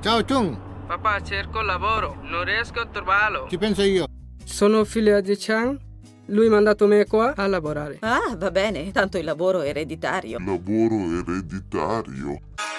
Ciao Chung, Papà, cerco lavoro, non riesco a trovarlo. ci penso io. Sono figlio di Chang. Lui ha mandato me qua a lavorare. Ah, va bene, tanto il lavoro è ereditario. Lavoro ereditario.